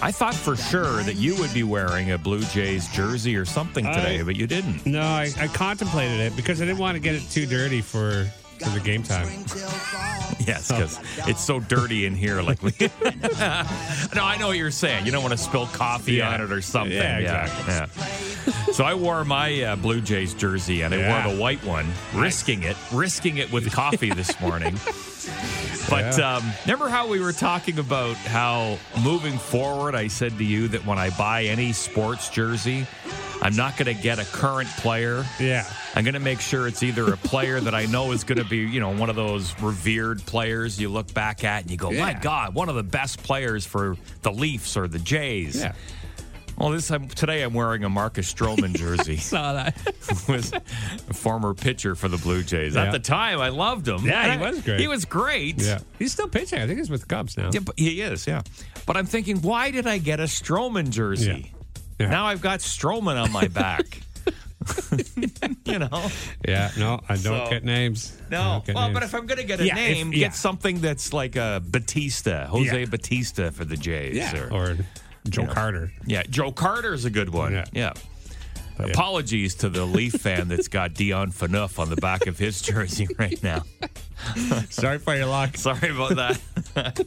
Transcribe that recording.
I thought for sure that you would be wearing a Blue Jays jersey or something today, I- but you didn't. No, I, I contemplated it because I didn't want to get it too dirty for, for the game time. Yes, because it's so dirty in here. Like, we- no, I know what you're saying. You don't want to spill coffee Yeah. on it or something. Yeah, yeah. so I wore my uh, Blue Jays jersey and I Yeah. wore the white one, risking it, risking it with coffee this morning. But Yeah. um, remember how we were talking about how moving forward, I said to you that when I buy any sports jersey, I'm not going to get a current player. Yeah. I'm going to make sure it's either a player that I know is going to be, you know, one of those revered players you look back at and you go, my Yeah. God, one of the best players for the Leafs or the Jays. Yeah. Well, this I'm, today I'm wearing a Marcus Stroman jersey, Saw that. who was a former pitcher for the Blue Jays. Yeah. At the time, I loved him. Yeah, he And I- was great. He was great. Yeah. He's still pitching. I think he's with the Cubs now. Yeah, but he is, yeah. But I'm thinking, why did I get a Stroman jersey? Yeah. Yeah. Now I've got Stroman on my back. you know? Yeah. No, I don't So- get names. I No. don't get Well, but names. if I'm going to get a Yeah, if- name, yeah. get something that's like a Batista, Jose Yeah. Batista for the Jays. yeah. Or Joe Yeah. Carter. yeah, Joe Carter's a good one. Yeah. Yeah. But Apologies to the Leaf fan that's got Dion Phaneuf on the back of his jersey right now. Sorry for your luck. Sorry about that.